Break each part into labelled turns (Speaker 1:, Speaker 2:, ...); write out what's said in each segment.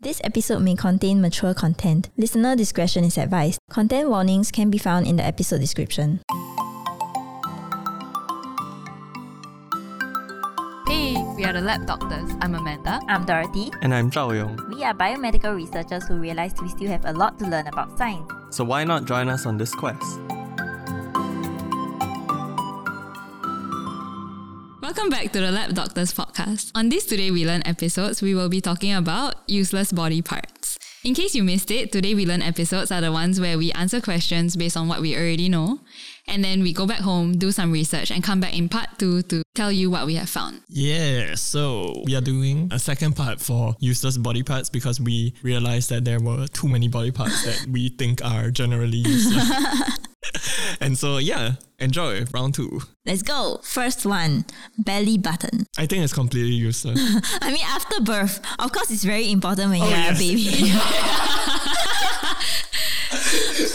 Speaker 1: This episode may contain mature content. Listener discretion is advised. Content warnings can be found in the episode description.
Speaker 2: Hey, we are the Lab Doctors. I'm Amanda.
Speaker 1: I'm Dorothy.
Speaker 3: And I'm Zhao Yong.
Speaker 1: We are biomedical researchers who realized we still have a lot to learn about science.
Speaker 3: So why not join us on this quest?
Speaker 2: Welcome back to the Lab Doctors podcast. On this Today We Learn episodes, we will be talking about useless body parts. In case you missed it, Today We Learn episodes are the ones where we answer questions based on what we already know, and then we go back home, do some research, and come back in part two to tell you what we have found.
Speaker 4: Yeah, so we are doing a second part for useless body parts because we realized that there were too many body parts that we think are generally useless. and so, yeah, enjoy round two.
Speaker 1: Let's go. First one belly button.
Speaker 4: I think it's completely useless.
Speaker 1: I mean, after birth, of course, it's very important when you're
Speaker 4: Oh, yes.
Speaker 1: a baby.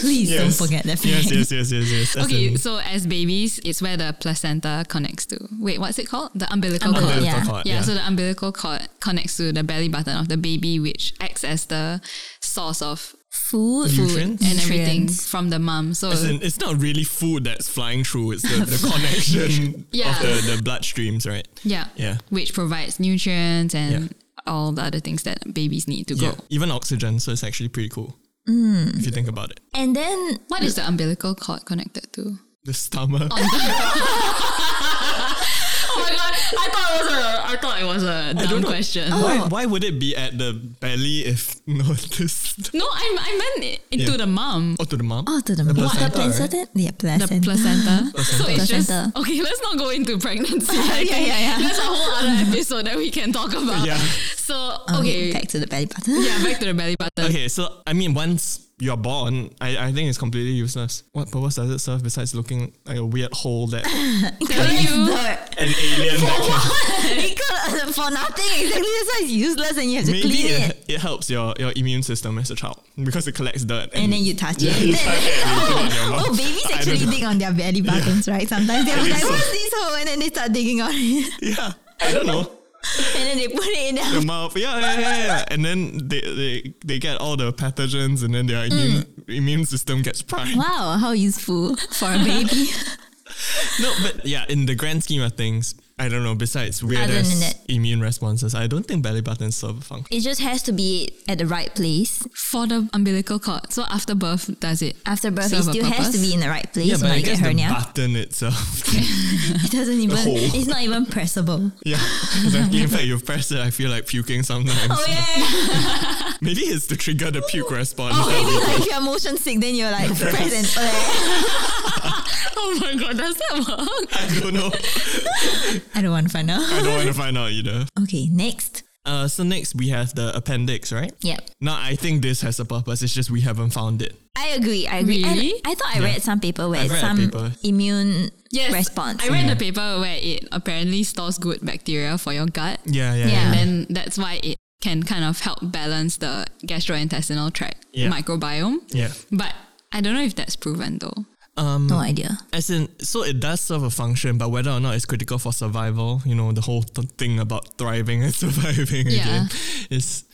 Speaker 1: Please
Speaker 4: Yes.
Speaker 1: don't forget that feeling.
Speaker 4: yes, yes, yes, yes, yes. That's
Speaker 2: Okay,
Speaker 4: an
Speaker 2: so as babies, it's where the placenta connects to. Wait, what's it called? The umbilical,
Speaker 1: Umbilical,
Speaker 2: cord.
Speaker 4: umbilical
Speaker 1: yeah.
Speaker 4: cord,
Speaker 2: yeah, so the umbilical cord connects to the belly button of the baby, which acts as the source of
Speaker 1: Food,
Speaker 4: You
Speaker 2: food and
Speaker 4: Nutrients?
Speaker 2: everything
Speaker 1: Nutrients.
Speaker 2: from the mum. So
Speaker 4: As in, it's not really food that's flying through, it's the, the connection
Speaker 2: Yeah.
Speaker 4: of the, the bloodstreams, right?
Speaker 2: yeah,
Speaker 4: Yeah.
Speaker 2: which provides nutrients and all the other things that babies need to
Speaker 4: Yeah.
Speaker 2: grow.
Speaker 4: Even oxygen, so it's actually pretty cool if you think about it.
Speaker 1: And then
Speaker 2: What is the umbilical cord connected to?
Speaker 4: The stomach.
Speaker 2: Oh my god! I thought it was a I thought it was a
Speaker 4: I don't
Speaker 2: dumb
Speaker 4: know.
Speaker 2: question.
Speaker 1: Oh.
Speaker 4: Why, why would it be at the belly if no this
Speaker 2: No, I, I meant it- into
Speaker 4: Yeah.
Speaker 2: the mum.
Speaker 4: Oh, to the mom?
Speaker 1: Oh, to the, the
Speaker 4: placenta,
Speaker 1: The placenta? Yeah,
Speaker 2: The
Speaker 1: placenta.
Speaker 2: placenta. So it's
Speaker 1: Placenta.
Speaker 2: just okay. Let's not go into pregnancy. I
Speaker 1: Yeah,
Speaker 2: think
Speaker 1: yeah, yeah.
Speaker 2: That's a whole other episode that we can talk about.
Speaker 4: Yeah.
Speaker 2: So
Speaker 1: Um,
Speaker 2: okay,
Speaker 1: Back to the belly button.
Speaker 2: yeah, back to the belly button.
Speaker 4: Okay, so I mean, once you're born, I, I think it's completely useless. What purpose does it serve besides looking like a weird hole that
Speaker 2: Tell you,
Speaker 4: an alien that
Speaker 1: Because for nothing, exactly. That's why it's useless and you have to
Speaker 4: can, maybe
Speaker 1: clean it.
Speaker 4: it, it helps your, your immune system as a child because it collects dirt
Speaker 1: And then you touch
Speaker 4: Yeah,
Speaker 1: it.
Speaker 4: you touch it and you put it in your
Speaker 1: oh,
Speaker 4: mouth.
Speaker 1: oh, babies
Speaker 4: I don't
Speaker 1: actually
Speaker 4: know.
Speaker 1: dig on their belly buttons, right? Sometimes they're like,
Speaker 4: so.
Speaker 1: what's this hole? And then they start digging on it.
Speaker 4: yeah, I don't know
Speaker 1: And then they put it in their
Speaker 4: your mouth. Yeah, yeah, yeah, yeah. And then they, they they get all the pathogens, and then their
Speaker 1: Mm.
Speaker 4: immune immune system gets primed.
Speaker 1: Wow, how useful for a baby.
Speaker 4: No, but yeah, in the grand scheme of things, I don't know. Besides weirdest
Speaker 1: that-
Speaker 4: immune responses, I don't think belly buttons serve a function.
Speaker 1: it just has to be at the right place.
Speaker 2: for the umbilical cord. So after birth, does it?
Speaker 1: After birth, it
Speaker 2: Serve a
Speaker 1: still has to
Speaker 2: purpose?
Speaker 1: be in the right place
Speaker 4: Yeah,
Speaker 1: or
Speaker 4: but I
Speaker 1: you get
Speaker 4: guess the
Speaker 1: hernia.
Speaker 4: button itself.
Speaker 1: it doesn't even,
Speaker 4: hole.
Speaker 1: it's not even pressable.
Speaker 4: yeah, exactly. In fact, you press it, I feel like puking sometimes.
Speaker 1: Oh, yeah.
Speaker 4: Maybe it's to trigger the puke response.
Speaker 1: Or maybe like if you're motion sick, then you're like, press and.
Speaker 2: Oh my god, does that work?
Speaker 4: I don't know.
Speaker 1: I don't want to find out.
Speaker 4: I don't want to find out either.
Speaker 1: Okay, next.
Speaker 4: Uh, so next we have the appendix, right?
Speaker 1: Yep.
Speaker 4: No, I think this has a purpose. It's just we haven't found it.
Speaker 1: I agree. I agree. And
Speaker 2: Really?
Speaker 1: I thought I read some paper where
Speaker 4: I've
Speaker 1: it's
Speaker 4: read a
Speaker 1: some
Speaker 4: paper.
Speaker 1: immune
Speaker 2: Yes,
Speaker 1: response.
Speaker 2: I read the paper where it apparently stores good bacteria for your gut,
Speaker 4: Yeah, yeah,
Speaker 1: Yeah.
Speaker 4: yeah.
Speaker 2: and that's why it can kind of help balance the gastrointestinal tract
Speaker 4: Yeah.
Speaker 2: microbiome.
Speaker 4: yeah.
Speaker 2: But I don't know if that's proven though.
Speaker 4: Um,
Speaker 1: Mm. no idea.
Speaker 4: As in, so it does serve a function, but whether or not it's critical for survival, you know, the whole th- thing about thriving and surviving
Speaker 2: Yeah.
Speaker 4: again is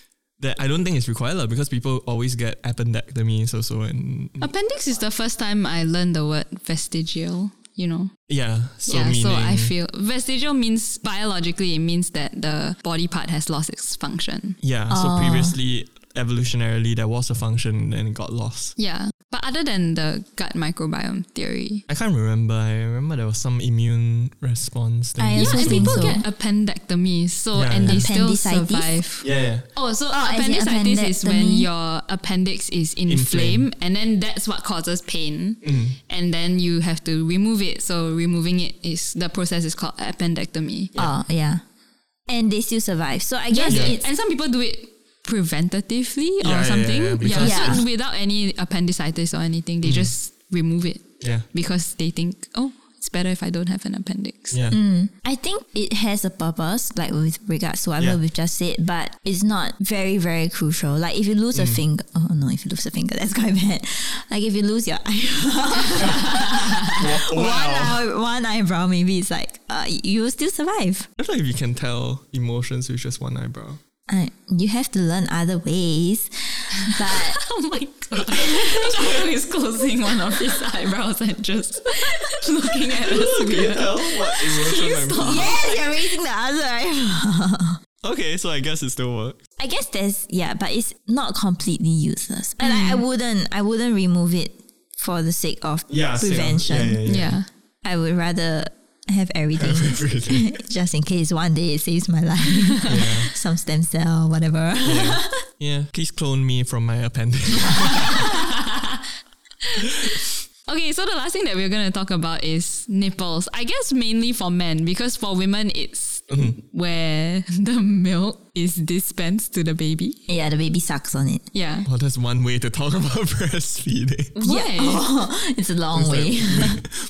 Speaker 4: that I don't think it's required lah, because people always get appendectomies also, and
Speaker 2: Appendix is the first time I learned the word vestigial. You know,
Speaker 4: yeah, so
Speaker 2: yeah.
Speaker 4: meaning,
Speaker 2: So I feel vestigial means biologically it means that the body part has lost its function.
Speaker 4: yeah.
Speaker 1: Oh.
Speaker 4: So previously, evolutionarily, there was a function and it got lost.
Speaker 2: Yeah, but other than the gut microbiome theory,
Speaker 4: I can't remember. I remember there was some immune response. Thing
Speaker 1: I
Speaker 2: yeah,
Speaker 1: also
Speaker 2: and
Speaker 1: think
Speaker 2: people
Speaker 1: so.
Speaker 2: get appendectomies, so
Speaker 4: Yeah,
Speaker 2: and
Speaker 4: yeah.
Speaker 2: they still
Speaker 1: Appendicitis?
Speaker 2: survive.
Speaker 4: yeah, yeah.
Speaker 2: Oh, so
Speaker 1: Oh, as in
Speaker 2: appendicitis is when
Speaker 1: appendectomy.
Speaker 2: your appendix is inflamed,
Speaker 4: Inflamed.
Speaker 2: and then that's what causes pain,
Speaker 4: Mm.
Speaker 2: and then you have to remove it. So removing it is the process is called appendectomy.
Speaker 1: Oh, yeah. And they still survive. So I guess
Speaker 2: Yes,
Speaker 4: Yeah.
Speaker 1: it's.
Speaker 2: and some people do it preventatively
Speaker 4: Yeah, yeah,
Speaker 2: or
Speaker 4: yeah,
Speaker 2: something. Yeah,
Speaker 4: because- Mm-hmm.
Speaker 2: so
Speaker 1: Yeah.
Speaker 2: without any appendicitis or anything, they just remove it
Speaker 4: yeah.
Speaker 2: because they think, oh, it's better if I don't have an appendix.
Speaker 4: Yeah.
Speaker 1: I think it has a purpose, like with regards to whatever
Speaker 4: Yeah.
Speaker 1: we've just said, but it's not very, very crucial. Like if you lose a
Speaker 4: Mm.
Speaker 1: finger, oh no, if you lose a finger, that's quite bad. Like if you lose your one, eye, one eyebrow, maybe it's like uh, you will still survive.
Speaker 4: I don't know if you can tell emotions with just one eyebrow.
Speaker 1: Uh, you have to learn other ways. But
Speaker 2: Oh my god. Joyo is closing one of his eyebrows and just looking at us weird.
Speaker 4: Tell what emotion I'm feeling.
Speaker 1: yes, you're raising the other eyebrow.
Speaker 4: Okay, so I guess it still works.
Speaker 1: I guess there's yeah, but it's not completely useless. And I, I wouldn't I wouldn't remove it for the sake of
Speaker 4: Yeah, same.
Speaker 1: prevention.
Speaker 4: Yeah, yeah,
Speaker 2: Yeah.
Speaker 1: I would rather have everything
Speaker 4: Everything.
Speaker 1: just in case one day it saves my life.
Speaker 4: yeah.
Speaker 1: Some stem cell, whatever.
Speaker 4: yeah. Yeah. Please clone me from my appendix.
Speaker 2: Okay, so the last thing that we're going to talk about is nipples. I guess mainly for men because for women it's
Speaker 4: Mm-hmm.
Speaker 2: where the milk is dispensed to the baby.
Speaker 1: Yeah, the baby sucks on it.
Speaker 2: Yeah.
Speaker 4: Well, that's one way to talk about breastfeeding.
Speaker 1: Yeah. Oh, it's a long way.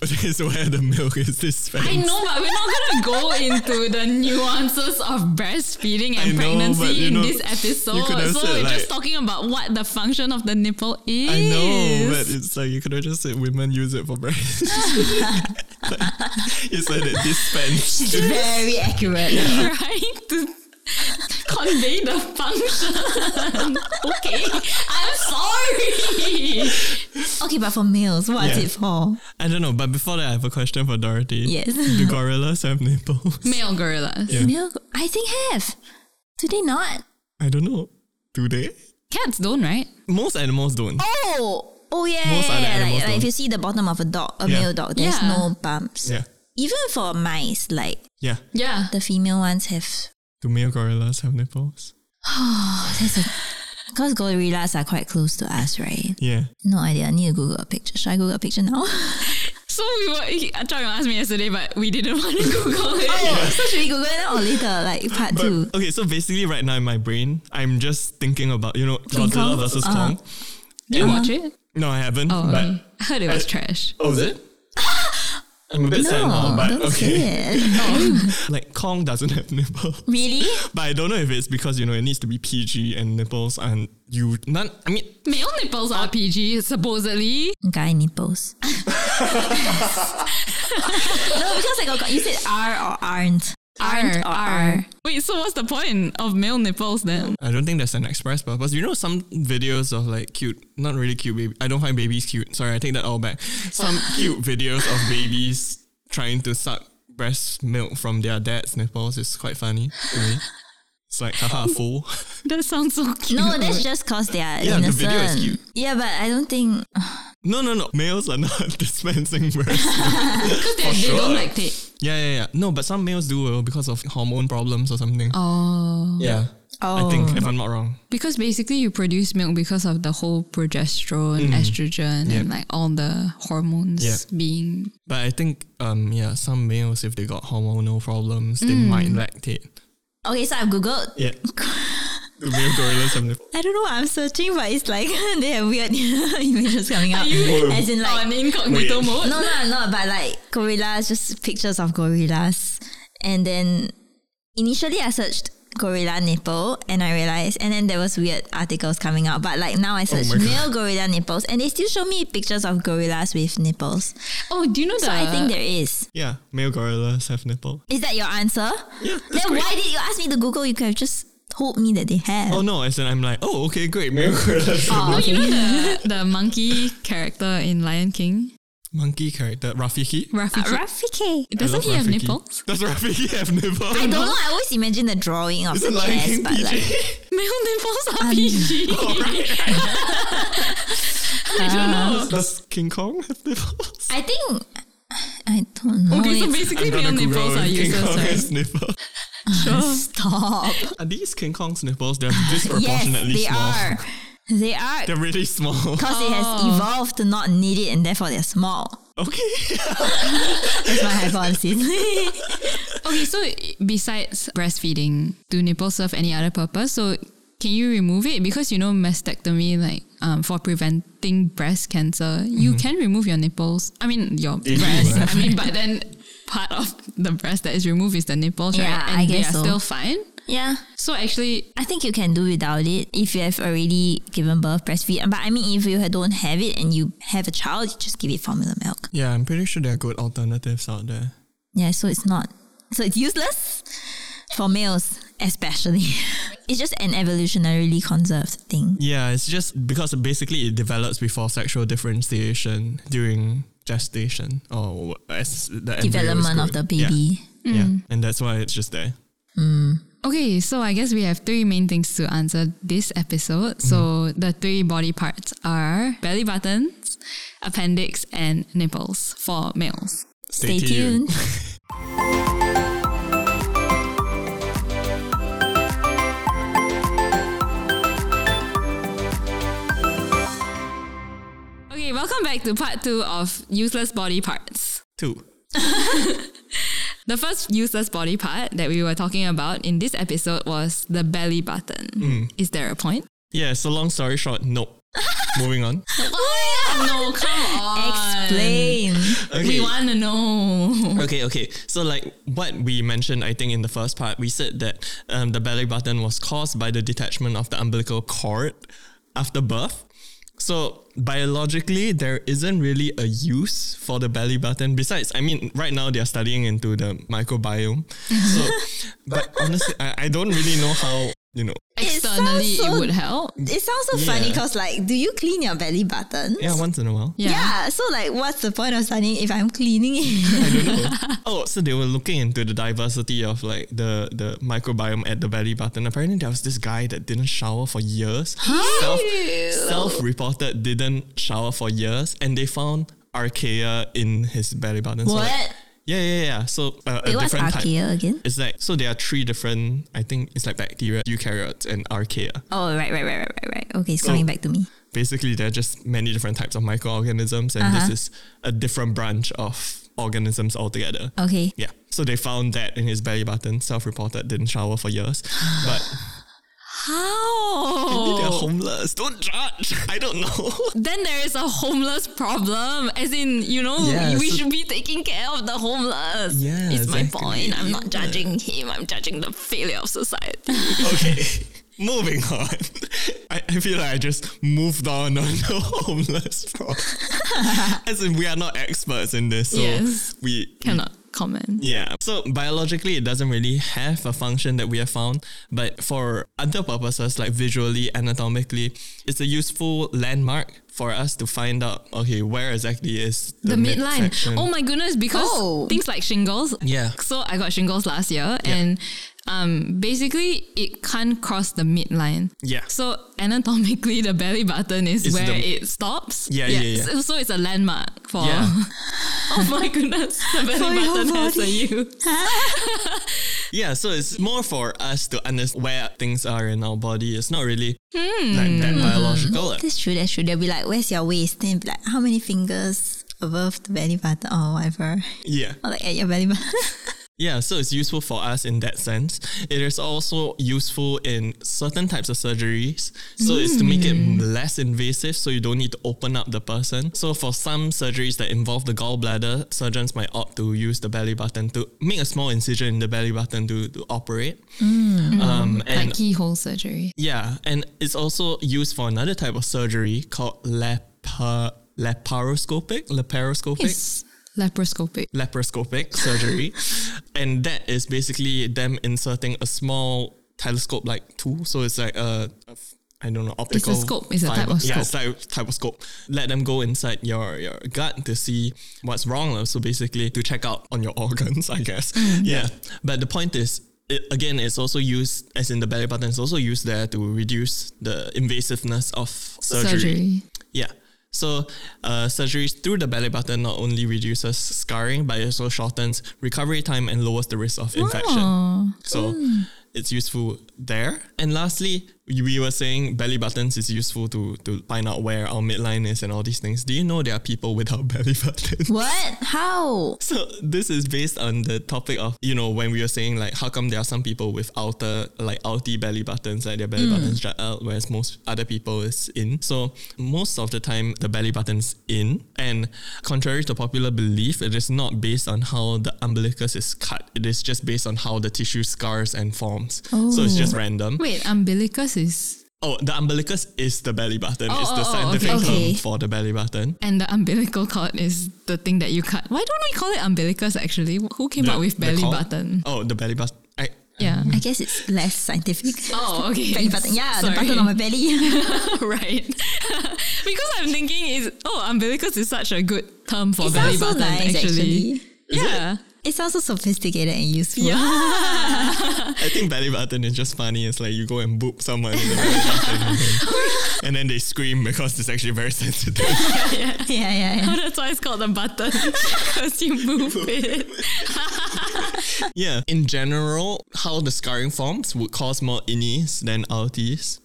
Speaker 4: but it's where the milk is dispensed.
Speaker 2: I know, but we're not going to go into the nuances of breastfeeding
Speaker 4: I
Speaker 2: and
Speaker 4: know,
Speaker 2: pregnancy
Speaker 4: but you
Speaker 2: in
Speaker 4: know,
Speaker 2: this
Speaker 4: you
Speaker 2: episode.
Speaker 4: could have
Speaker 2: So
Speaker 4: said,
Speaker 2: we're just
Speaker 4: like-
Speaker 2: talking about what the function of the nipple is.
Speaker 4: I know, but it's like you could have just said women use it for breast. you said it dispensed.
Speaker 1: It's very accurate.
Speaker 2: trying to convey the function. okay, I'm sorry.
Speaker 1: Okay, but for males, what's
Speaker 4: Yeah.
Speaker 1: it for?
Speaker 4: I don't know, but before that, I have a question for Dorothy.
Speaker 1: Yes.
Speaker 4: Do gorillas have nipples?
Speaker 2: Male gorillas.
Speaker 4: Yeah.
Speaker 1: Male, I think have. Do they not?
Speaker 4: I don't know. Do they?
Speaker 2: Cats don't, right?
Speaker 4: Most animals don't.
Speaker 1: Oh, oh yeah.
Speaker 4: Most other
Speaker 1: yeah, yeah.
Speaker 4: animals
Speaker 1: Like, like if
Speaker 4: don't.
Speaker 1: you see the bottom of a dog, a
Speaker 4: Yeah.
Speaker 1: male dog, there's
Speaker 2: Yeah.
Speaker 1: no bumps.
Speaker 4: Yeah.
Speaker 1: Even for mice, like
Speaker 4: Yeah.
Speaker 2: Yeah.
Speaker 1: the female ones have.
Speaker 4: Do male gorillas have nipples?
Speaker 1: Because gorillas are quite close to us, right?
Speaker 4: Yeah.
Speaker 1: No idea. I need to Google a picture. Should I Google a picture now?
Speaker 4: Oh.
Speaker 2: So we were. He, Chow Yun asked me yesterday, but we didn't want to Google it.
Speaker 1: oh, so should we Google it now or later? Like part
Speaker 4: But,
Speaker 1: two.
Speaker 4: okay, so basically, right now in my brain, I'm just thinking about you know
Speaker 1: King
Speaker 4: Godzilla
Speaker 1: Kong?
Speaker 4: versus
Speaker 1: Uh-huh.
Speaker 4: Kong.
Speaker 2: Did you watch it?
Speaker 4: No, I haven't.
Speaker 2: Oh,
Speaker 4: but
Speaker 2: okay. I heard it was
Speaker 4: I-
Speaker 2: trash.
Speaker 4: oh, is it? I'm a bit sad now, but
Speaker 1: don't
Speaker 4: okay.
Speaker 1: say it.
Speaker 4: Like Kong doesn't have nipples.
Speaker 1: Really?
Speaker 4: But I don't know if it's because you know it needs to be PG and nipples and you none. I mean,
Speaker 2: Male nipples are PG, supposedly.
Speaker 1: Guy nipples. no, because I got you said R or aren't. Aren't or are.
Speaker 2: Wait, so what's the point of male nipples then?
Speaker 4: I don't think that's an express purpose. You know, some videos of like cute, not really cute baby. I don't find babies cute. Sorry, I take that all back. Some cute videos of babies trying to suck breast milk from their dad's nipples is quite funny. to me. It's like haha fool.
Speaker 2: That sounds so cute.
Speaker 1: No, that's just because they are
Speaker 4: Yeah, the
Speaker 1: innocent.
Speaker 4: video is cute.
Speaker 1: Yeah, but I don't think
Speaker 4: No, no, no. Males are not dispensing breast.
Speaker 2: because they, they
Speaker 4: sure.
Speaker 2: don't lactate.
Speaker 4: Yeah, yeah, yeah. No, but some males do well, because of hormone problems or something.
Speaker 2: Oh.
Speaker 4: Yeah.
Speaker 1: Oh.
Speaker 4: I think if I'm not wrong.
Speaker 2: Because basically you produce milk because of the whole progesterone, estrogen, and like all the hormones
Speaker 4: Mm-hmm. Yeah.
Speaker 2: being.
Speaker 4: But I think um yeah, some males if they got hormonal problems, they might lactate.
Speaker 1: Okay, so I've googled.
Speaker 4: Yeah. The male gorillas have nip-
Speaker 1: I don't know what I'm searching, but it's like they have weird images coming up.
Speaker 2: you-
Speaker 1: As in
Speaker 2: on
Speaker 1: like
Speaker 2: Oh, incognito
Speaker 4: Wait.
Speaker 2: mode.
Speaker 1: no, no, I'm not. But like gorillas, just pictures of gorillas, and then initially I searched gorilla nipple, and I realized, and then there was weird articles coming out. But like now I searched
Speaker 4: Oh my God.
Speaker 1: male gorilla nipples, and they still show me pictures of gorillas with nipples.
Speaker 2: Oh, do you know that?
Speaker 1: So I think there is.
Speaker 4: Yeah, male gorillas have nipple.
Speaker 1: Is that your answer?
Speaker 4: Yeah.
Speaker 1: Then why did you ask me to Google? You could have just told me that they Oh, have.
Speaker 4: Oh no, as in I'm like, oh okay, great, male gorillas. have
Speaker 2: No, you know the, the monkey character in Lion King,
Speaker 4: Monkey character, Rafiki.
Speaker 1: Uh,
Speaker 2: Rafiki.
Speaker 1: Rafiki.
Speaker 4: I
Speaker 2: Doesn't
Speaker 4: love
Speaker 2: he have
Speaker 4: Rafiki.
Speaker 2: nipples?
Speaker 4: Does Rafiki have nipples?
Speaker 1: I don't know. I always imagine the drawing of
Speaker 4: Is
Speaker 1: the
Speaker 4: it Lion
Speaker 1: chest,
Speaker 4: King
Speaker 1: but like,
Speaker 4: PG?
Speaker 2: Male nipples are PG. I don't know.
Speaker 4: Does King Kong have nipples?
Speaker 1: I think I don't know.
Speaker 2: Okay, so
Speaker 1: It's-
Speaker 2: basically
Speaker 4: I'm
Speaker 2: male
Speaker 4: gonna Google
Speaker 2: nipples are
Speaker 4: if King Kong
Speaker 2: useless,
Speaker 4: has nipples.
Speaker 2: right?
Speaker 1: stop.
Speaker 4: Are these King Kong's nipples? They're
Speaker 1: Yes,
Speaker 4: disproportionately
Speaker 1: they
Speaker 4: small.
Speaker 1: are. They are
Speaker 4: They're really small.
Speaker 1: because it has evolved to not need it, and therefore they're small.
Speaker 4: Okay.
Speaker 1: That's my hypothesis.
Speaker 2: Okay, so besides breastfeeding, do nipples serve any other purpose? So can you remove it? Because you know mastectomy, like um, for preventing breast cancer, you can remove your nipples. I mean your
Speaker 4: do,
Speaker 2: breast.
Speaker 4: right?
Speaker 2: I mean, but then part of the breast that is removed is the nipples,
Speaker 1: Yeah,
Speaker 2: right? And
Speaker 1: I
Speaker 2: they
Speaker 1: guess
Speaker 2: are
Speaker 1: so.
Speaker 2: still fine.
Speaker 1: yeah.
Speaker 2: So actually,
Speaker 1: I think you can do without it if you have already given birth, breastfeed. But I mean, if you don't have it and you have a child, you just give it formula milk.
Speaker 4: Yeah, I'm pretty sure there are good alternatives out there.
Speaker 1: Yeah, so it's not. So it's useless for males especially. it's just an evolutionarily conserved thing.
Speaker 4: Yeah, it's just because basically it develops before sexual differentiation during gestation or as the embryo is
Speaker 1: Development of the
Speaker 4: growing.
Speaker 1: baby. Mm.
Speaker 4: Yeah. yeah, and that's why it's just there.
Speaker 2: Okay, so I guess we have three main things to answer this episode. So the three body parts are belly buttons, appendix, and nipples for males.
Speaker 1: Stay, tuned.
Speaker 2: Okay, welcome back to part two of useless body parts.
Speaker 4: Two.
Speaker 2: The first useless body part that we were talking about in this episode was the belly button.
Speaker 4: Hmm.
Speaker 2: Is there a point?
Speaker 4: Yeah, so long story short, nope. Moving on. Oh
Speaker 2: No, come on.
Speaker 1: Explain.
Speaker 2: We
Speaker 4: Okay.
Speaker 2: want to know.
Speaker 4: Okay, okay. So, like what we mentioned, I think in the first part, we said that um, the belly button was caused by the detachment of the umbilical cord after birth. So, biologically, there isn't really a use for the belly button. Besides, I mean, right now they are studying into the microbiome. So, but honestly, I, I don't really know how, you know.
Speaker 1: It sounds
Speaker 2: Externally, it,
Speaker 1: so-
Speaker 2: would help.
Speaker 1: It sounds so
Speaker 4: Yeah.
Speaker 1: funny because, like, do you clean your belly buttons?
Speaker 4: Yeah, once in a while.
Speaker 1: Yeah. So, like, what's the point of studying if I'm cleaning it?
Speaker 4: I don't know. oh, so they were looking into the diversity of like the the microbiome at the belly button. Apparently, there was this guy that didn't shower for years. Self self reported didn't shower for years, and they found archaea in his belly button. So, like-
Speaker 1: What?
Speaker 4: yeah, yeah, yeah. So uh, a
Speaker 1: Wait, what's
Speaker 4: different type.
Speaker 1: archaea again?
Speaker 4: It's like so there are three different. I think it's like bacteria, eukaryotes, and archaea.
Speaker 1: Oh, right, right, right, right, right, right. Okay, it's coming back to me.
Speaker 4: Basically, there are just many different types of microorganisms, and
Speaker 1: Uh-huh.
Speaker 4: this is a different branch of organisms altogether.
Speaker 1: Okay.
Speaker 4: Yeah. So they found that in his belly button, self-reported, didn't shower for years. But maybe they're
Speaker 2: How?
Speaker 4: homeless. Don't judge. I don't know.
Speaker 2: Then there is a homeless problem. As in, you know,
Speaker 4: Yeah,
Speaker 2: we
Speaker 4: so-
Speaker 2: should be taking care of the homeless.
Speaker 4: Yeah,
Speaker 2: It's my
Speaker 4: exactly.
Speaker 2: point. I'm not judging him. I'm judging the failure of society.
Speaker 4: okay. Moving on. I, I feel like I just moved on on the homeless problem. As in we are not experts in this, so
Speaker 2: Yes.
Speaker 4: we
Speaker 2: Cannot comment.
Speaker 4: Yeah. So biologically, it doesn't really have a function that we have found, but for other purposes, like visually, anatomically, it's a useful landmark for us to find out, okay, where exactly is the,
Speaker 2: the midline.
Speaker 4: midsection.
Speaker 2: Oh my goodness, because
Speaker 1: Oh.
Speaker 2: things like shingles.
Speaker 4: Yeah.
Speaker 2: So I got shingles last year and um, basically it can't cross the midline.
Speaker 4: Yeah.
Speaker 2: So anatomically the belly button is
Speaker 4: It's
Speaker 2: where
Speaker 4: the-
Speaker 2: it stops.
Speaker 4: Yeah, yeah, yeah.
Speaker 2: So, so it's a landmark for
Speaker 4: Yeah.
Speaker 2: Oh my goodness. The
Speaker 1: For
Speaker 2: belly
Speaker 1: your
Speaker 2: button has a
Speaker 1: body.
Speaker 2: U.
Speaker 4: Yeah, so it's more for us to understand where things are in our body. It's not really
Speaker 2: Hmm.
Speaker 4: like that
Speaker 2: Uh-huh.
Speaker 4: biological.
Speaker 1: That's true, that's true. They'll be like, where's your waist? Then be like, how many fingers above the belly button or whatever?
Speaker 4: Yeah.
Speaker 1: Or like at your belly button.
Speaker 4: Yeah, so it's useful for us in that sense. It is also useful in certain types of surgeries. So it's to make it less invasive so you don't need to open up the person. So for some surgeries that involve the gallbladder, surgeons might opt to use the belly button to make a small incision in the belly button to, to operate. Um, and
Speaker 2: Like keyhole surgery.
Speaker 4: yeah, and it's also used for another type of surgery called lapar- laparoscopic. Laparoscopic
Speaker 2: It's laparoscopic.
Speaker 4: laparoscopic surgery, and that is basically them inserting a small telescope like tool. So it's like a, a f- I don't know optical.
Speaker 2: scope. It's a type
Speaker 4: fiber.
Speaker 2: of
Speaker 4: Yeah, it's like type of scope. Let them go inside your your gut to see what's wrong. So basically to check out on your organs, I guess.
Speaker 2: Mm.
Speaker 4: Yeah, but the point is. It, again, it's also used, as in the belly button, it's also used there to reduce the invasiveness of surgery. Yeah. So uh, surgery through the belly button not only reduces scarring, but it also shortens recovery time and lowers the risk of infection. So it's useful there. And lastly, we were saying belly buttons is useful to, to find out where our midline is and all these things. Do you know there are people without belly buttons?
Speaker 1: what? How?
Speaker 4: So this is based on the topic of you know when we were saying like how come there are some people with outer like outy belly buttons like their
Speaker 2: Hmm.
Speaker 4: belly buttons jut out whereas most other people is in. So most of the time the belly button's in and contrary to popular belief it is not based on how the umbilicus is cut. It is just based on how the tissue scars and forms. So it's
Speaker 2: Oh.
Speaker 4: just random.
Speaker 2: Wait, umbilicus is
Speaker 4: Oh, the umbilicus is the belly button.
Speaker 2: Oh,
Speaker 4: it's
Speaker 2: oh,
Speaker 4: the
Speaker 2: oh,
Speaker 4: scientific
Speaker 1: okay. Okay.
Speaker 4: term for the belly button.
Speaker 2: And the umbilical cord is the thing that you cut. Why don't we call it umbilicus actually? Who came
Speaker 4: The-
Speaker 2: up with
Speaker 4: the
Speaker 2: belly
Speaker 4: cord?
Speaker 2: button?
Speaker 4: Oh, the belly button. I
Speaker 2: Yeah.
Speaker 1: I guess it's less scientific.
Speaker 2: Oh, okay.
Speaker 1: Belly button. Yeah,
Speaker 2: Sorry.
Speaker 1: the button on my belly.
Speaker 2: right. because I'm thinking is oh, umbilicus is such a good term for
Speaker 1: It
Speaker 2: belly
Speaker 1: sounds so
Speaker 2: button
Speaker 1: nice, actually.
Speaker 2: actually. Yeah.
Speaker 1: It sounds so sophisticated and useful.
Speaker 2: Yeah.
Speaker 4: I think belly button is just funny. It's like you go and boop someone in the belly button, and then they scream because it's actually very sensitive.
Speaker 1: yeah, yeah, yeah.
Speaker 2: Oh, that's why it's called a button because you move it.
Speaker 4: yeah. In general, how the scarring forms would cause more innies than outies.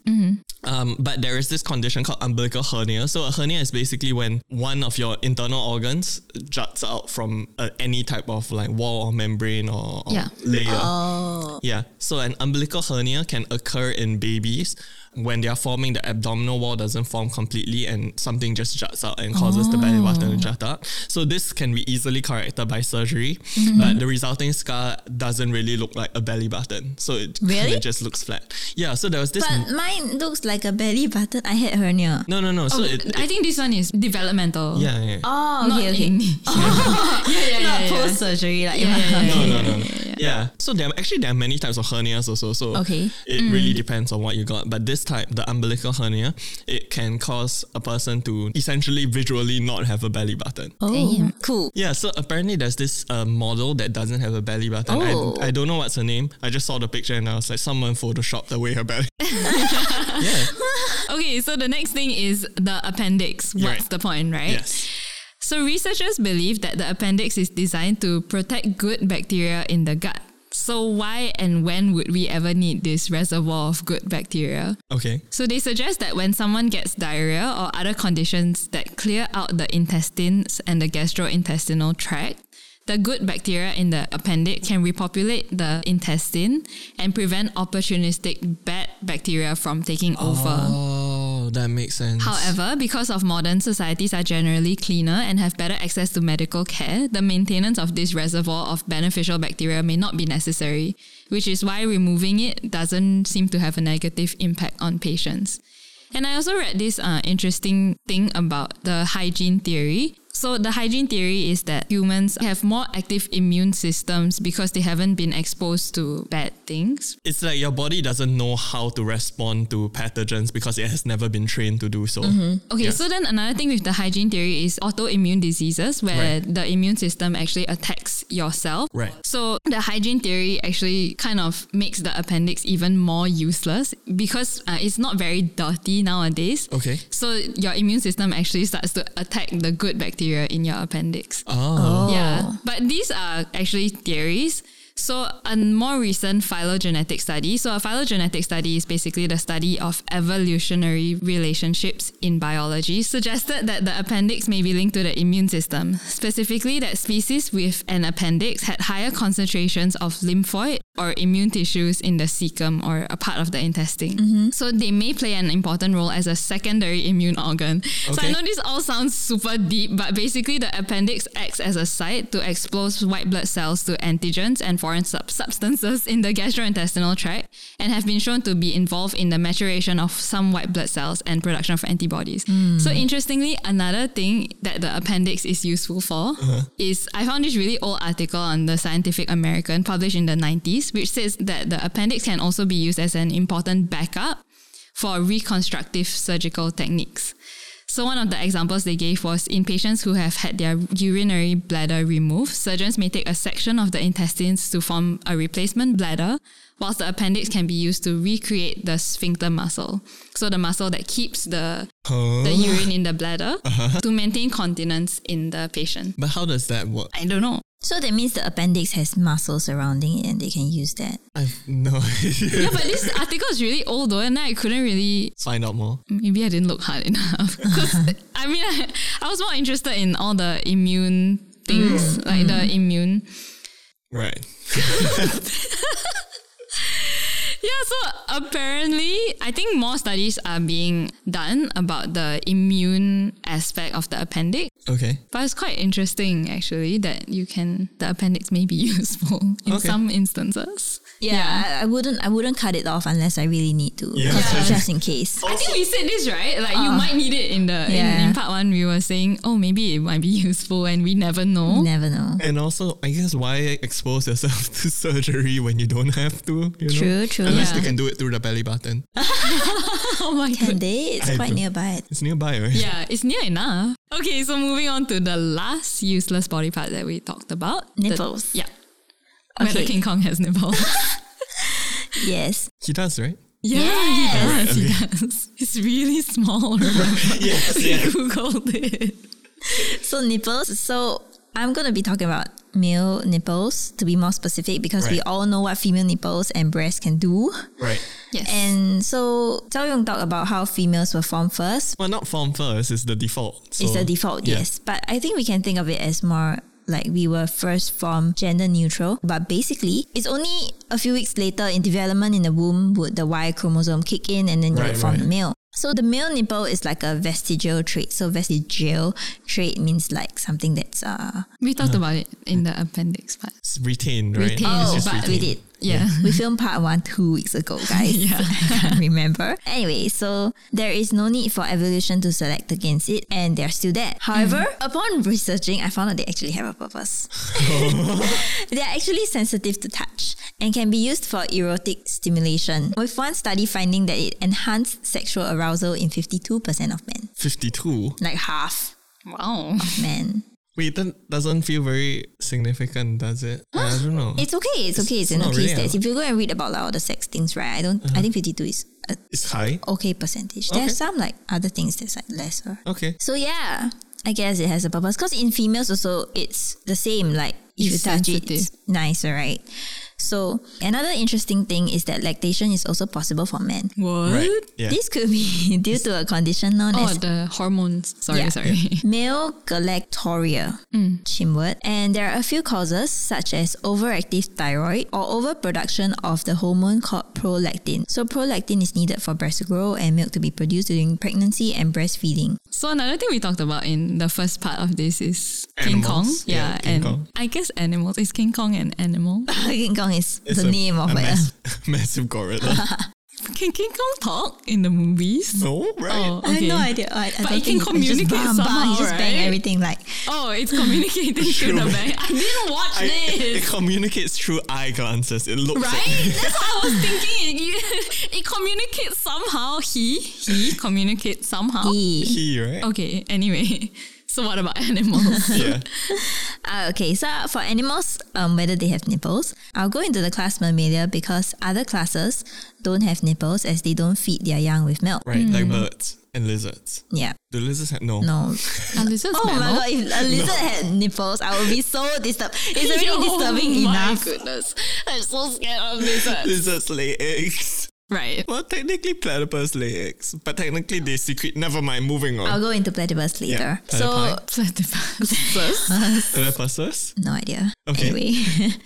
Speaker 4: Um, but there is this condition called umbilical hernia. So a hernia is basically when one of your internal organs juts out from uh, any type of like wall or membrane or, or
Speaker 2: Yeah.
Speaker 4: layer. Yeah. So an umbilical hernia can occur in babies when they are forming. The abdominal wall doesn't form completely, and something just juts out and causes the belly button to jut out. So this can be easily corrected by surgery, but the resulting scar doesn't really look like a belly button. So it kind
Speaker 1: Really?
Speaker 4: of just looks flat. Yeah. So there was this.
Speaker 1: But mine looks like a belly button. I had hernia.
Speaker 4: no, no, no. So
Speaker 2: Oh,
Speaker 4: it, it-
Speaker 2: I think this one is developmental.
Speaker 4: yeah, yeah.
Speaker 1: Oh,
Speaker 2: Not
Speaker 1: okay, okay.
Speaker 2: in- yeah, yeah, yeah,
Speaker 1: Not
Speaker 2: yeah.
Speaker 1: post surgery, like
Speaker 2: Yeah, yeah, yeah,
Speaker 4: No,
Speaker 2: yeah,
Speaker 4: no, no, no.
Speaker 2: yeah,
Speaker 4: Yeah. So there are, actually there are many types of hernias also. So
Speaker 1: Okay.
Speaker 4: it really depends on what you got. But this type, the umbilical hernia, it can cause a person to essentially visually not have a belly button.
Speaker 1: Oh, cool.
Speaker 4: Yeah, so apparently there's this uh, model that doesn't have a belly button.
Speaker 1: Oh.
Speaker 4: I, I don't know what's her name. I just saw the picture and I was like, someone photoshopped away her belly. yeah.
Speaker 2: Okay, so the next thing is the appendix. What's
Speaker 4: Right.
Speaker 2: the point, right?
Speaker 4: Yes.
Speaker 2: So researchers believe that the appendix is designed to protect good bacteria in the gut. So why and when would we ever need this reservoir of good bacteria?
Speaker 4: Okay.
Speaker 2: So they suggest that when someone gets diarrhea or other conditions that clear out the intestines and the gastrointestinal tract, the good bacteria in the appendix can repopulate the intestine and prevent opportunistic bad bacteria from taking over.
Speaker 4: Oh, that makes sense.
Speaker 2: However, because of modern societies are generally cleaner and have better access to medical care, the maintenance of this reservoir of beneficial bacteria may not be necessary, which is why removing it doesn't seem to have a negative impact on patients. And I also read this uh, interesting thing about the hygiene theory. So, the hygiene theory is that humans have more active immune systems because they haven't been exposed to bad things.
Speaker 4: it's like your body doesn't know how to respond to pathogens because it has never been trained to do so.
Speaker 2: Okay,
Speaker 4: Yeah.
Speaker 2: so then another thing with the hygiene theory is autoimmune diseases where
Speaker 4: Right.
Speaker 2: the immune system actually attacks yourself.
Speaker 4: Right.
Speaker 2: So the hygiene theory actually kind of makes the appendix even more useless because uh, it's not very dirty nowadays.
Speaker 4: Okay.
Speaker 2: So your immune system actually starts to attack the good bacteria in your appendix.
Speaker 4: Oh.
Speaker 2: Yeah. But these are actually theories. So, a more recent phylogenetic study. So, a phylogenetic study is basically the study of evolutionary relationships in biology, suggested that the appendix may be linked to the immune system. Specifically, that species with an appendix had higher concentrations of lymphoid or immune tissues in the cecum or a part of the intestine.
Speaker 4: Mm-hmm.
Speaker 2: So, they may play an important role as a secondary immune organ. So, I
Speaker 4: Okay.
Speaker 2: know this all sounds super deep, but basically the appendix acts as a site to expose white blood cells to antigens and foreign sub- substances in the gastrointestinal tract and have been shown to be involved in the maturation of some white blood cells and production of antibodies. So interestingly, another thing that the appendix is useful for is I found this really old article on the Scientific American published in the 90s which says that the appendix can also be used as an important backup for reconstructive surgical techniques. So one of the examples they gave was in patients who have had their urinary bladder removed, surgeons may take a section of the intestines to form a replacement bladder, whilst the appendix can be used to recreate the sphincter muscle. So the muscle that keeps the, the urine in the bladder to maintain continence in the patient.
Speaker 4: But how does that work?
Speaker 2: I don't know.
Speaker 1: So that means the appendix has muscles surrounding it, and they can use that.
Speaker 4: I've no idea.
Speaker 2: Yeah, but this article is really old though, and I couldn't really
Speaker 4: Find out more.
Speaker 2: maybe I didn't look hard enough. 'Cause, I mean, I, I was more interested in all the immune things, like the immune.
Speaker 4: Right.
Speaker 2: Yeah, so apparently, I think more studies are being done about the immune aspect of the appendix.
Speaker 4: Okay.
Speaker 2: But it's quite interesting actually that you can the appendix may be useful in
Speaker 4: Okay.
Speaker 2: some instances.
Speaker 1: Yeah, I, I wouldn't. I wouldn't cut it off unless I really need to,
Speaker 4: Yeah.
Speaker 1: 'cause
Speaker 2: Yeah.
Speaker 1: just in case.
Speaker 2: I think we said this right. Like you
Speaker 1: Uh,
Speaker 2: might need it in the in,
Speaker 1: yeah.
Speaker 2: in part one. We were saying, oh, maybe it might be useful, and we never know.
Speaker 1: Never know.
Speaker 4: And also, I guess why expose yourself to surgery when you don't have to? You know?
Speaker 1: True, true.
Speaker 4: Unless
Speaker 2: Yeah.
Speaker 4: they can do it through the belly button.
Speaker 2: Oh my
Speaker 1: Can they? It's
Speaker 4: I
Speaker 1: quite
Speaker 4: don't-
Speaker 1: nearby.
Speaker 4: It's nearby, right?
Speaker 2: Yeah, it's near enough. Okay, so moving on to the last useless body part that we talked about. The-
Speaker 1: Nipples.
Speaker 2: yeah. Whether
Speaker 1: Okay.
Speaker 2: King Kong has nipples.
Speaker 1: Yes.
Speaker 4: He does, right?
Speaker 2: yeah,
Speaker 1: Yes.
Speaker 2: he does. He does. It's really small. Remember?
Speaker 4: yes,
Speaker 2: we googled it.
Speaker 1: So nipples. So I'm gonna be talking about male nipples to be more specific because we
Speaker 4: Right.
Speaker 1: all know what female nipples and breasts can do.
Speaker 4: Right.
Speaker 2: Yes.
Speaker 1: And so Zhao Yong talked about how females were formed first.
Speaker 4: Well, not form first, it's the default.
Speaker 1: it's
Speaker 4: so-
Speaker 1: a default,
Speaker 4: yeah.
Speaker 1: yes. But I think we can think of it as more like we were first formed gender neutral. But basically, it's only a few weeks later in development in the womb would the Y chromosome kick in and then
Speaker 4: Right,
Speaker 1: you form
Speaker 4: right.
Speaker 1: male. So the male nipple is like a vestigial trait. So vestigial trait means like something that's uh
Speaker 2: we talked about it in the appendix part.
Speaker 4: It's retained, right?
Speaker 2: Retained.
Speaker 4: It's
Speaker 2: Oh,
Speaker 4: just
Speaker 2: but
Speaker 1: we
Speaker 4: retained.
Speaker 1: did.
Speaker 2: Yeah.
Speaker 1: We filmed part one two weeks ago, guys.
Speaker 2: Yeah.
Speaker 1: I can't remember. Anyway, so there is no need for evolution to select against it, and they're still there. However, upon researching, I found out they actually have a purpose. they are actually sensitive to touch and can be used for erotic stimulation, with one study finding that it enhanced sexual arousal in 52% of men,
Speaker 4: 52.
Speaker 1: like half
Speaker 2: Wow.
Speaker 1: men.
Speaker 4: Wait, that doesn't feel very significant, does it? I don't know.
Speaker 1: It's okay. It's okay. It's,
Speaker 4: It's
Speaker 1: in
Speaker 4: not
Speaker 1: okay
Speaker 4: really a-
Speaker 1: stats. If you go and read about like, all the sex things, right? I don't. I think 52 is a
Speaker 4: It's high.
Speaker 1: okay percentage. There's some like other things that's like lesser.
Speaker 4: Okay.
Speaker 1: So yeah, I guess it has a purpose. Because in females also, it's the same. Like if
Speaker 2: It's
Speaker 1: you touch it,
Speaker 2: sensitive.
Speaker 1: it's nicer, right? So another interesting thing is that lactation is also possible for men.
Speaker 2: What?
Speaker 4: Right. Yeah.
Speaker 1: This could be due to a condition known
Speaker 2: Oh,
Speaker 1: as
Speaker 2: the hormones. Sorry,
Speaker 1: Yeah.
Speaker 2: sorry.
Speaker 1: male galactoria,
Speaker 2: Mm.
Speaker 1: chim word. And there are a few causes such as overactive thyroid or overproduction of the hormone called prolactin. So prolactin is needed for breast to grow and milk to be produced during pregnancy and breastfeeding.
Speaker 2: So another thing we talked about in the first part of this is King
Speaker 4: Animals.
Speaker 2: Kong.
Speaker 4: Yeah,
Speaker 2: Yeah,
Speaker 4: King
Speaker 2: and
Speaker 4: Kong.
Speaker 2: I guess animals. Is King Kong an animal?
Speaker 1: King Kong is
Speaker 4: It's
Speaker 1: the
Speaker 4: a-
Speaker 1: name of it.
Speaker 4: a mass- massive gorilla.
Speaker 2: Can King Kong talk in the movies?
Speaker 4: no, right?
Speaker 2: Oh,
Speaker 1: I have
Speaker 2: okay.
Speaker 1: no idea. I, I don't
Speaker 2: But it can
Speaker 1: think-
Speaker 2: communicate
Speaker 1: it's just bang, bang,
Speaker 2: somehow,
Speaker 1: it's just bang
Speaker 2: right?
Speaker 1: everything like
Speaker 2: Oh, it's communicating through
Speaker 4: True.
Speaker 2: the bank. I didn't watch
Speaker 4: I- it, it
Speaker 2: this.
Speaker 4: communicates through eye glances. It looks at
Speaker 2: Right? That's what I was thinking. It, it communicates somehow. He he communicates somehow.
Speaker 1: E.
Speaker 4: he, right?
Speaker 2: Okay. Anyway, so what about animals?
Speaker 4: Yeah.
Speaker 1: Ah, okay, so for animals, um, whether they have nipples, I'll go into the class Mammalia because other classes don't have nipples as they don't feed their young with milk.
Speaker 4: Right, like birds and lizards.
Speaker 1: Yeah,
Speaker 4: Do lizards have no?
Speaker 1: Hmm. no.
Speaker 2: Are lizards
Speaker 1: Oh my
Speaker 2: mammal?
Speaker 1: god, if a lizard had nipples, I would be so disturbed. It's already
Speaker 2: Oh
Speaker 1: disturbing enough.
Speaker 2: My goodness, I'm so scared of lizards.
Speaker 4: Lizards lay eggs.
Speaker 2: right.
Speaker 4: Well, technically platypus lay eggs, but technically they secrete. Never mind. Moving on.
Speaker 1: I'll go into platypus later.
Speaker 4: Yeah,
Speaker 1: So,
Speaker 4: platypi.
Speaker 2: Platypus.
Speaker 4: Platypuses.
Speaker 1: no idea.
Speaker 4: Okay.
Speaker 1: Anyway,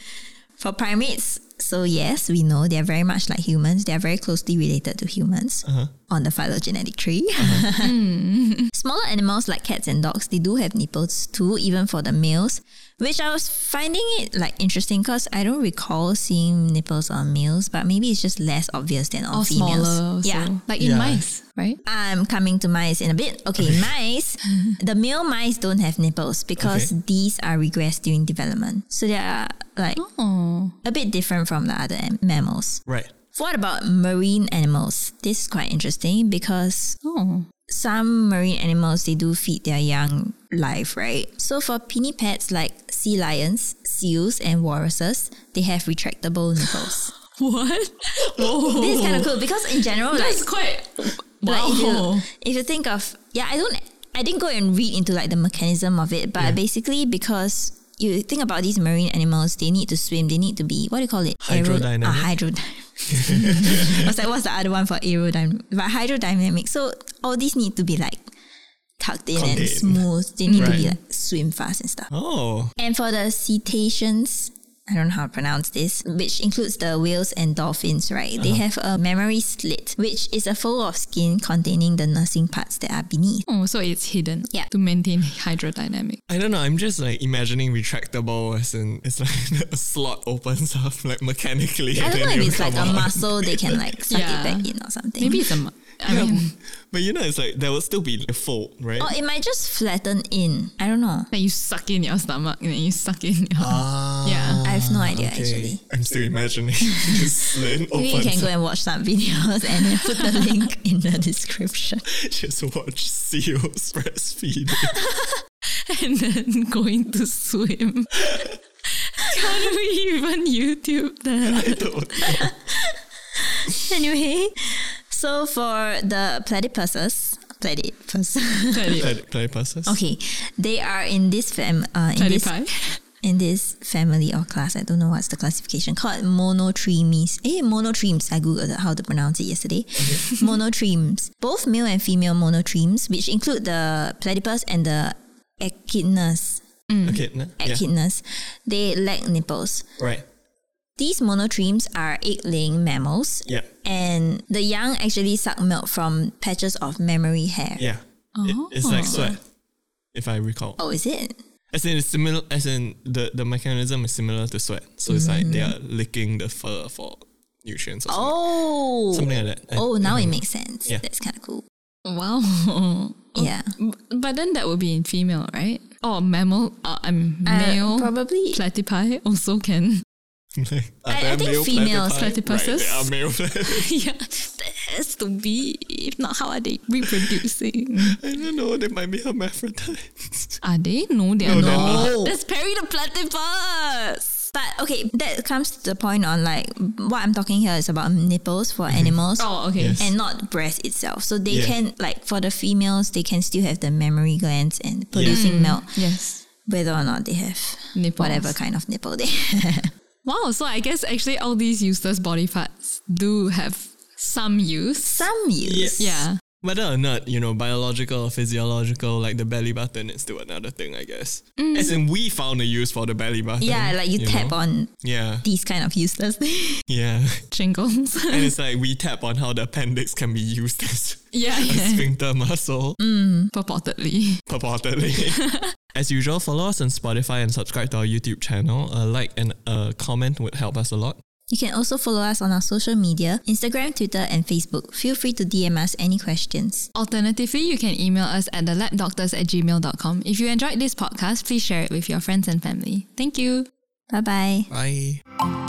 Speaker 1: for primates, so yes, we know they're very much like humans. They're very closely related to humans
Speaker 2: Uh-huh.
Speaker 1: on the phylogenetic tree. Smaller animals like cats and dogs, they do have nipples too, even for the males, which I was finding it like interesting because I don't recall seeing nipples on males, but maybe it's just less obvious than on
Speaker 2: or
Speaker 1: females.
Speaker 2: smaller. also.
Speaker 1: Yeah.
Speaker 2: like in
Speaker 4: Yeah.
Speaker 2: mice, right?
Speaker 1: I'm coming to mice in a bit. Okay, mice. The male mice don't have nipples because
Speaker 4: Okay.
Speaker 1: these are regressed during development. So they are like
Speaker 2: Oh,
Speaker 1: a bit different from the other am- mammals.
Speaker 4: Right.
Speaker 1: What about marine animals? This is quite interesting because
Speaker 2: oh,
Speaker 1: some marine animals they do feed their young live, right? So for pinnipeds like sea lions, seals, and walruses, they have retractable nipples.
Speaker 2: what? Whoa,
Speaker 1: This is kind of cool because in general, like
Speaker 2: That's quite.
Speaker 1: Like if
Speaker 2: Wow.
Speaker 1: you, if you think of yeah, I don't I didn't go and read into like the mechanism of it, but basically because you think about these marine animals, they need to swim, they need to be what do you call it? Aero-
Speaker 4: Hydrodynamic.
Speaker 1: Ah, hydrodynamic. I was like, what's the other one for aerodynamic? But hydrodynamic. So all these need to be like tucked in and
Speaker 4: Contained.
Speaker 1: smooth. They need to be
Speaker 4: Right.
Speaker 1: like swim fast and stuff.
Speaker 4: Oh,
Speaker 1: And for the cetaceans, I don't know how to pronounce this, which includes the whales and dolphins, right? They have a mammary slit, which is a fold of skin containing the nursing parts that are beneath.
Speaker 2: Oh, so it's hidden.
Speaker 1: Yeah.
Speaker 2: To maintain hydrodynamic.
Speaker 4: I don't know. I'm just like imagining retractable as in it's like a slot opens up like mechanically.
Speaker 1: I
Speaker 4: and
Speaker 1: don't
Speaker 4: then
Speaker 1: know
Speaker 4: it'll
Speaker 1: if it's like
Speaker 4: come
Speaker 1: a
Speaker 4: out.
Speaker 1: muscle they can like suck
Speaker 2: Yeah.
Speaker 1: it back in or something.
Speaker 2: Maybe it's a. mu- I
Speaker 4: Yeah,
Speaker 2: mean,
Speaker 4: but you know, it's like there will still be a fold, right?
Speaker 1: Or it might just flatten in. I don't know.
Speaker 2: that you suck in your stomach and then you suck in your.
Speaker 4: Ah,
Speaker 2: Yeah.
Speaker 1: I have no idea
Speaker 4: okay.
Speaker 1: actually.
Speaker 4: I'm still imagining this lane
Speaker 1: Maybe you can
Speaker 4: opens
Speaker 1: go and watch some videos and then put the link in the description.
Speaker 4: Just watch seals breastfeed.
Speaker 2: and then going to swim. Can we even YouTube that?
Speaker 4: I don't
Speaker 1: Anyway, so for the platypuses, platypus.
Speaker 4: play, play passes.
Speaker 1: okay, they are in this fam uh, in this
Speaker 2: Platypi?
Speaker 1: in this family or class. I don't know what's the classification called monotremes. Eh, monotremes. I googled how to pronounce it yesterday. monotremes. Both male and female monotremes, which include the platypus and the echidnas.
Speaker 4: Okay, no? yeah.
Speaker 1: Echidnas. They lack nipples.
Speaker 4: right.
Speaker 1: These monotremes are egg-laying mammals.
Speaker 4: Yeah,
Speaker 1: And the young actually suck milk from patches of mammary hair.
Speaker 4: yeah. It- it's like
Speaker 2: Oh.
Speaker 4: sweat, if I recall.
Speaker 1: Oh, is it?
Speaker 4: As in, it's similar. As in, the the mechanism is similar to sweat. So it's like they are licking the fur for nutrients or
Speaker 1: Mm.
Speaker 4: something.
Speaker 1: Oh.
Speaker 4: Something like that. Mm-hmm. I-
Speaker 1: Oh, now it makes sense.
Speaker 4: Yeah.
Speaker 1: That's kind of cool.
Speaker 2: Wow.
Speaker 1: Yeah.
Speaker 2: But then that would be in female, right? Or mammal, uh, um,
Speaker 1: Uh,
Speaker 2: male
Speaker 1: probably.
Speaker 2: platypi also can.
Speaker 4: Like,
Speaker 1: I- I
Speaker 4: are there
Speaker 1: think
Speaker 4: male
Speaker 1: females-
Speaker 4: platypi? Right, they are male platypi.
Speaker 2: yeah, that has to be. If not, how are they reproducing?
Speaker 4: I don't know. They might be hermaphrodites.
Speaker 2: are they? No, they are
Speaker 4: No, they're
Speaker 2: not.
Speaker 4: not.
Speaker 2: That's Perry the platypus.
Speaker 1: But okay, that comes to the point on like what I'm talking here is about nipples for animals
Speaker 2: Oh, okay.
Speaker 4: Yes.
Speaker 1: and not breast itself. So they
Speaker 4: Yeah.
Speaker 1: can like for the females, they can still have the mammary glands and producing milk,
Speaker 2: Yes.
Speaker 1: whether or not they have
Speaker 2: Nipples.
Speaker 1: whatever kind of nipple they have.
Speaker 2: Wow. So I guess actually all these useless body parts do have some use.
Speaker 1: Some use.
Speaker 2: Yeah.
Speaker 4: Whether or not, you know, biological or physiological, like the belly button is still another thing, I guess. As in, we found a use for the belly button.
Speaker 1: Mm. Yeah, like you, tap
Speaker 4: know?
Speaker 1: on
Speaker 4: Yeah,
Speaker 1: these kind of useless things.
Speaker 4: yeah.
Speaker 2: Shingles.
Speaker 4: and it's like we tap on how the appendix can be used as
Speaker 2: yeah.
Speaker 4: a
Speaker 1: Mm.
Speaker 2: yeah.
Speaker 4: sphincter muscle,
Speaker 2: Purportedly.
Speaker 4: purportedly. As usual, follow us on Spotify and subscribe to our YouTube channel. A like and a comment would help us a lot.
Speaker 1: You can also follow us on our social media, Instagram, Twitter, and Facebook. Feel free to DM us any questions.
Speaker 2: Alternatively, you can email us at thelabdoctors at gmail.com. If you enjoyed this podcast, please share it with your friends and family. Thank you.
Speaker 1: Bye bye.
Speaker 4: Bye.